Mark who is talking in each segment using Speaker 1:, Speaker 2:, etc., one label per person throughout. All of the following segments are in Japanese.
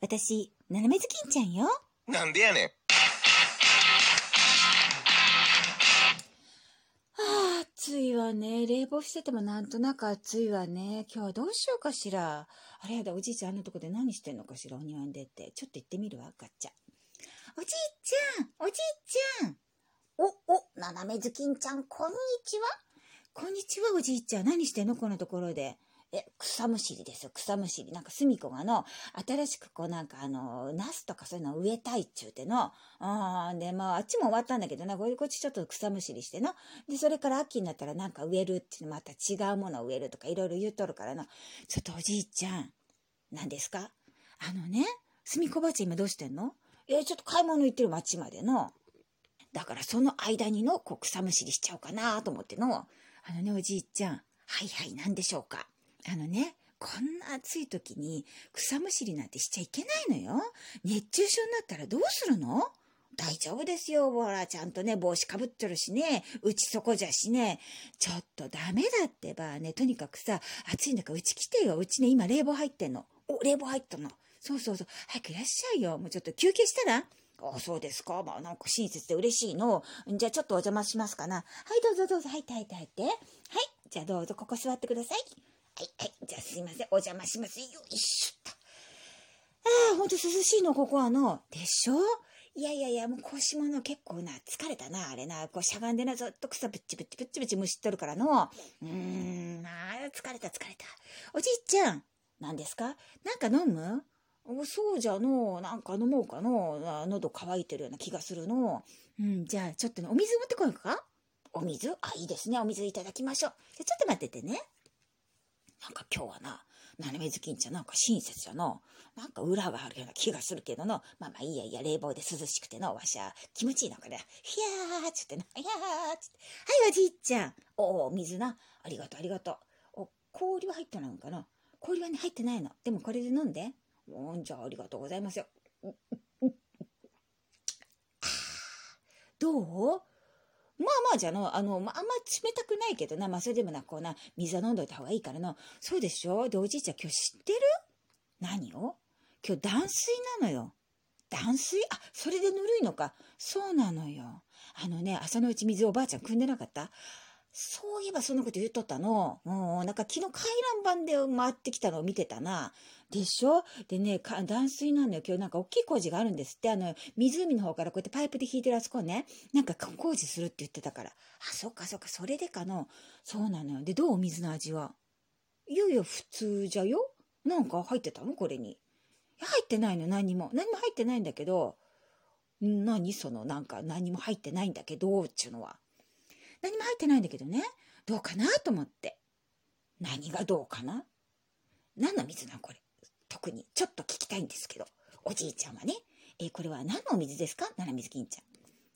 Speaker 1: 私、斜めずきんちゃんよ。
Speaker 2: なんでやねん。
Speaker 1: ああ、暑いわね。冷房しててもなんとなく暑いわね。今日はどうしようかしら。あれやだ、おじいちゃんあんなとこで何してんのかしら、お庭に出て。ちょっと行ってみるわ、ガッチャ。おじいちゃん、おじいちゃん。お、お、斜めずきんちゃん、こんにちは。こんにちは、おじいちゃん。何してんのこのところで。え、草むしりですよ、草むしり。なんか、すみこがの、新しくこう、なんか、あの、ナスとかそういうのを植えたいっちゅうての。あーで、まあ、あっちも終わったんだけどな、こっちちょっと草むしりしての。で、それから秋になったらなんか植えるっていうのまた違うものを植えるとかいろいろ言うとるからな。ちょっとおじいちゃん、何ですかあのね、すみこばあちゃん今どうしてんのえ、ちょっと買い物行ってる町までの。だからその間にの、こう草むしりしちゃおうかなと思っての。あのね、おじいちゃん。はいはい、何でしょうか。あのね、こんな暑い時に草むしりなんてしちゃいけないのよ。熱中症になったらどうするの大丈夫ですよ。ほら、ちゃんとね、帽子かぶってるしね、うちそこじゃしね、ちょっとダメだってばね、とにかくさ、暑いんだからうち来てよ。うちね、今冷房入ってんの。お、冷房入ったの。そうそうそう。早くいらっしゃいよ。もうちょっと休憩したらあ、そうですか。まあ、なんか親切で嬉しいの。じゃあちょっとお邪魔しますかな。はい、どうぞどうぞ。入って入って入って。はい。じゃあどうぞ、ここ座ってください。はい、はい。じゃあすいません。お邪魔します。よいしょっと。ああ、ほんと涼しいの、ここはの。でしょいやいやいや、もう腰もの結構な、疲れたな、あれな。こうしゃがんでな、ずっと草ぶっちぶっちぶっちぶっちむしっとるからの。うーん、あー疲れた疲れた。おじいちゃん、何ですかなんか飲むおそうじゃのう、なんか飲もうかのう。あ喉乾いてるような気がするのう。うん、じゃあちょっとね、お水持ってこようかお水あ、いいですね。お水いただきましょう。じゃあちょっと待っててね。なんか今日はな、斜めずきんちゃんなんか親切じゃのう。なんか裏があるような気がするけどの、まあまあいいやいや、冷房で涼しくての、わしゃ、気持ちいいのかね。ひゃーっつってな、ひゃーっつって。はい、おじいちゃん。おお、水な。ありがとう、ありがとう。お、氷は入ってないのかな氷はね、入ってないの。でもこれで飲んで。おんじゃあ、ありがとうございますよ。どうまあまあじゃの、あの、まあ、あんま冷たくないけどな、まあそれでもな、こうな、水は飲んどいた方がいいからの。そうでしょで、おじいちゃん今日知ってる何を今日断水なのよ。断水あ、それでぬるいのか。そうなのよ。あのね、朝のうち水おばあちゃん汲んでなかったそういえばそんなこと言っとったの。うん、なんか昨日回覧板で回ってきたのを見てたな。でしょでね、か断水なのよ。今日なんか大きい工事があるんですって。あの、湖の方からこうやってパイプで引いてるあそこね。なんか工事するって言ってたから。あ、そっかそっか、それでかの。そうなのよ。で、どうお水の味は。いやいや、普通じゃよ。なんか入ってたのこれに。入ってないの何も何も入ってないんだけどん何そのなんか何も入ってないんだけどっちゅうのは何も入ってないんだけどねどうかなと思って何がどうかな何の水なんこれ特にちょっと聞きたいんですけどおじいちゃんはね、えーこれは何のお水ですか奈良水銀ちゃん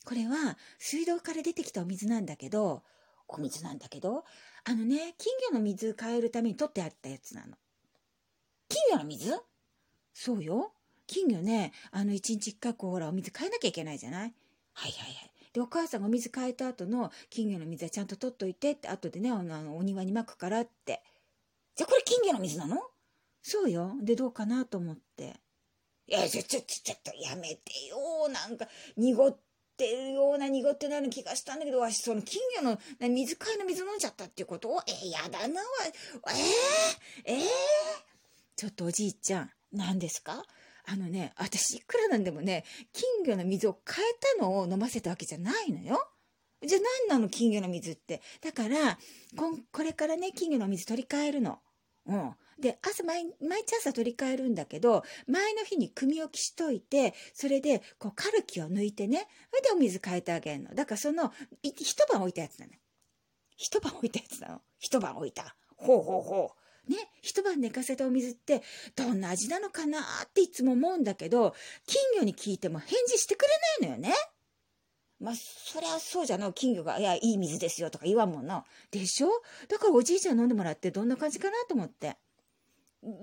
Speaker 1: これは水道から出てきたお水なんだけどお水なんだけどあのね金魚の水変えるために取ってあったやつなの金魚の水そうよ。金魚ね、あの、一日一回こう、ほら、お水変えなきゃいけないじゃないはいはいはい。で、お母さんがお水変えた後の金魚の水はちゃんと取っといてって、後でね、あの、あのお庭にまくからって。じゃあこれ金魚の水なのそうよ。で、どうかなと思って。いや、ちょ、ちょ、ちょ、ちょっとやめてよ。なんか、濁ってるような、濁ってないような気がしたんだけど、わし、その金魚の、な水替えの水飲んじゃったっていうことを、えー、やだな、わ、えー、えー、ちょっとおじいちゃん、何ですかあのね、私いくらなんでもね、金魚の水を変えたのを飲ませたわけじゃないのよ。じゃあ何なの金魚の水って。だから、こんこれからね、金魚の水取り替えるの。うん。で、朝毎、毎日朝取り替えるんだけど、前の日に組み置きしといて、それで、こう、カルキを抜いてね、それでお水変えてあげるの。だからその、い一晩置いたやつなの。一晩置いたやつなの。一晩置いた。ほうほうほう。ね、一晩寝かせたお水って、どんな味なのかなっていつも思うんだけど、金魚に聞いても返事してくれないのよね。まあ、そりゃそうじゃの。金魚が、いや、いい水ですよとか言わんもんな。でしょだからおじいちゃん飲んでもらってどんな感じかなと思って。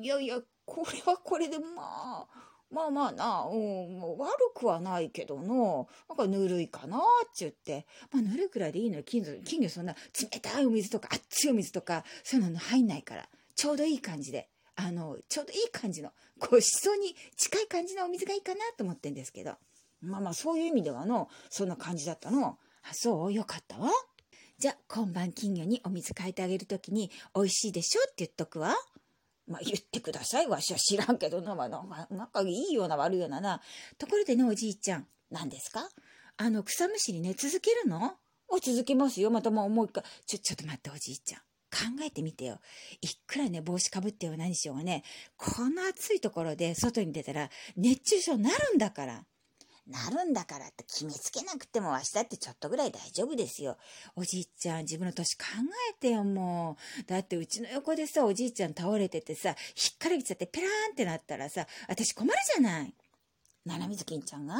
Speaker 1: いやいや、これはこれでまあ、まあまあな、うん、もう悪くはないけどの、なんかぬるいかなっちゅって。まあぬるいくらいでいいのよ。金魚、金魚そんな冷たいお水とか熱いお水とか、そういうの入んないから。ちょうどいい感じで。あの、ちょうどいい感じの、ごちそうに近い感じのお水がいいかなと思ってんですけど。まあまあ、そういう意味ではの、そんな感じだったの。あ、そうよかったわ。じゃあ、今晩金魚にお水変えてあげるときに、美味しいでしょって言っとくわ。まあ、言ってください。わしは知らんけどな、まあ、なんかなんかいいような悪いようなな。ところでね、おじいちゃん、何ですかあの、草むしりね、続けるのお続けますよ。またもうもう一回。ちょ、ちょっと待って、おじいちゃん。考えてみてよ。いくらね、帽子かぶってようが何しようがね、この暑いところで外に出たら熱中症になるんだから。なるんだからって決めつけなくてもわしだってちょっとぐらい大丈夫ですよ。おじいちゃん、自分の年考えてよ、もう。だってうちの横でさ、おじいちゃん倒れててさ、ひっからびちゃってペラーンってなったらさ、私困るじゃない。ななみずきんちゃんが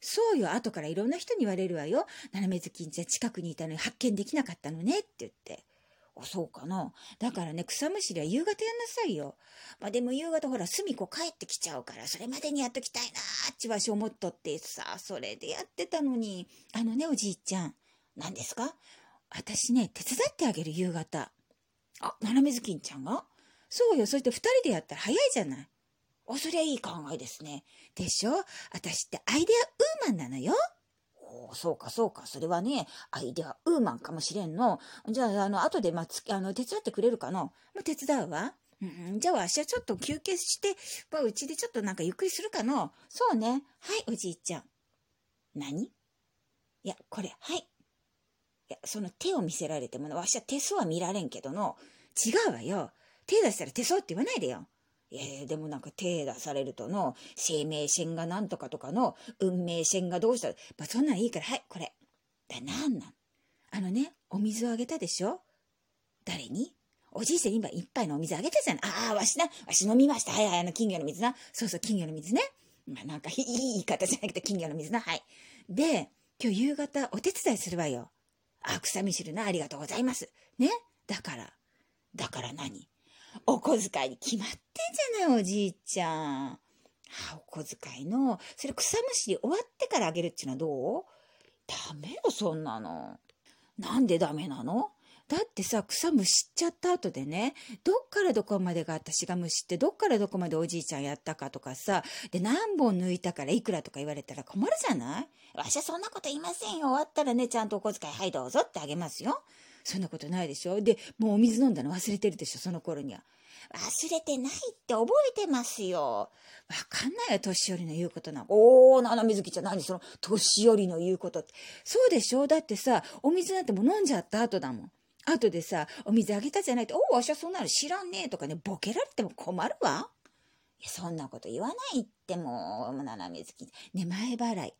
Speaker 1: そうよ、後からいろんな人に言われるわよ。ななみずきんちゃん近くにいたのに発見できなかったのねって言って。あそうかな。だからね、草むしりは夕方やんなさいよ。まあでも夕方ほら、すみこ帰ってきちゃうから、それまでにやっときたいなーっちわし思っとってさ、それでやってたのに。あのね、おじいちゃん。何ですか私ね、手伝ってあげる夕方。あ、ななみずきんちゃんがそうよ、それと二人でやったら早いじゃない。お、そりゃいい考えですね。でしょ私ってアイデアウーマンなのよ。おそうかそうか。それはね、アイデアウーマンかもしれんの。じゃあ、あの、後で、まあ、つあの手伝ってくれるかのもう手伝うわ。うんうん、じゃあ、わしはちょっと休憩して、まあ、うちでちょっとなんかゆっくりするかのそうね。はい、おじいちゃん。何いや、これ、はい。いや、その手を見せられてもな、わしは手相は見られんけどの。違うわよ。手出したら手相って言わないでよ。いやいやでもなんか手出されるとの、生命線がなんとかとかの、運命線がどうした、まあ、そんなんいいから、はい、これ。だ、なんなんあのね、お水をあげたでしょ誰におじいさんに今一杯のお水あげたじゃない。ああ、わしな、わし飲みました。はいはい、あの金魚の水な。そうそう、金魚の水ね。まあなんかいい言い方じゃなくて金魚の水な。はい。で、今日夕方お手伝いするわよ。あ、草見知るな、ありがとうございます。ね。だから、だから何お小遣いに決まってんじゃない、おじいちゃん。あ、お小遣いの、それ草むしり終わってからあげるっていうのはどうダメよ、そんなの。なんでダメなのだってさ、草むしっちゃった後でね、どっからどこまでが私がむしって、どっからどこまでおじいちゃんやったかとかさ、で、何本抜いたからいくらとか言われたら困るじゃないわしはそんなこと言いませんよ。終わったらね、ちゃんとお小遣い、はいどうぞってあげますよ。そんなことないでしょで、もうお水飲んだの忘れてるでしょその頃には。忘れてないって覚えてますよ。わかんないよ、年寄りの言うことなんか。おー、ななみずきちゃん、何その、年寄りの言うことって。そうでしょだってさ、お水なんてもう飲んじゃった後だもん。後でさ、お水あげたじゃないって、おー、わしはそんなの知らんねえとかね、ボケられても困るわ。いや、そんなこと言わないってもう、ななみずき。ね、前払い。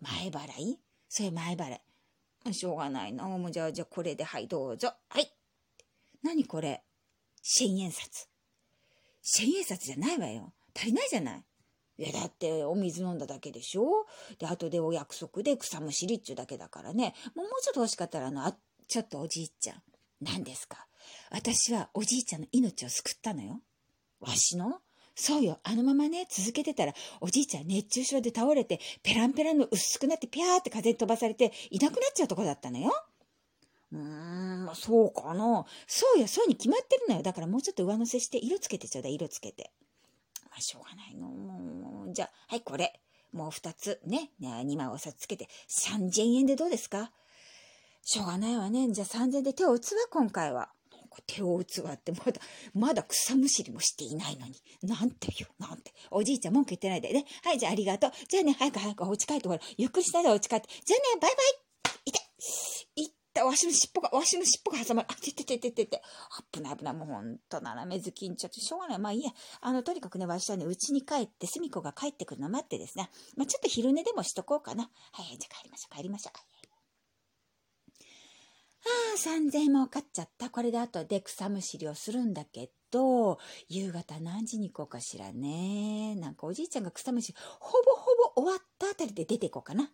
Speaker 1: 前払いそれ前払い。しょうがないな。もうじゃあ、じゃあこれで、はい、どうぞ。はい。何これ千円札。千円札じゃないわよ。足りないじゃない。いや、だって、お水飲んだだけでしょで、後でお約束で草むしりっちゅうだけだからね。もうもうちょっと欲しかったら、あの、あ、ちょっとおじいちゃん。何ですか私はおじいちゃんの命を救ったのよ。わしのそうよ。あのままね、続けてたら、おじいちゃん熱中症で倒れて、ペランペランの薄くなって、ピャーって風に飛ばされて、いなくなっちゃうとこだったのよ。うーん、まあ、そうかな。そうよ、そうに決まってるのよ。だからもうちょっと上乗せして、色つけてちょうだい、色つけて。まあ、しょうがないの。もうじゃあ、はい、これ。もう二つ、ね。ね2枚お札つけて、3000円でどうですかしょうがないわね。じゃあ3000円で手を打つわ、今回は。なんか手を打つわって、まだ、まだ草むしりもしていないのに。なんてよ、なんて。おじいちゃん文句言ってないでね。はい、じゃあありがとう。じゃあね、早く早くお家帰って、ほら、ゆっくりしないでお家帰って。じゃあね、バイバイ。いていった、わしの尻尾が、わしの尻尾が挟まる。あ、てててててて。危ない危ない。もうほんと、斜めずきんちょっとしょうがない。まあいいや。あの、とにかくね、わしはね、うちに帰って、すみこが帰ってくるのを待ってですね。まあちょっと昼寝でもしとこうかな。はいはい、じゃあ帰りましょう、帰りましょう。はいはいああ、3000円もかっちゃった。これで後で草むしりをするんだけど、夕方何時に行こうかしらね。なんかおじいちゃんが草むしり、ほぼほぼ終わったあたりで出て行こうかな。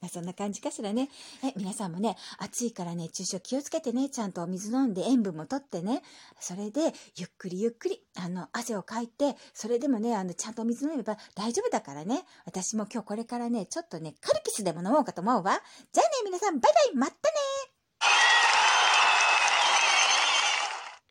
Speaker 1: まあそんな感じかしらね。え、皆さんもね、暑いからね、熱中症気をつけてね、ちゃんとお水飲んで塩分もとってね、それで、ゆっくりゆっくり、あの、汗をかいて、それでもね、あの、ちゃんとお水飲めば大丈夫だからね。私も今日これからね、ちょっとね、カルピスでも飲もうかと思うわ。じゃあね、皆さん、バイバイまたね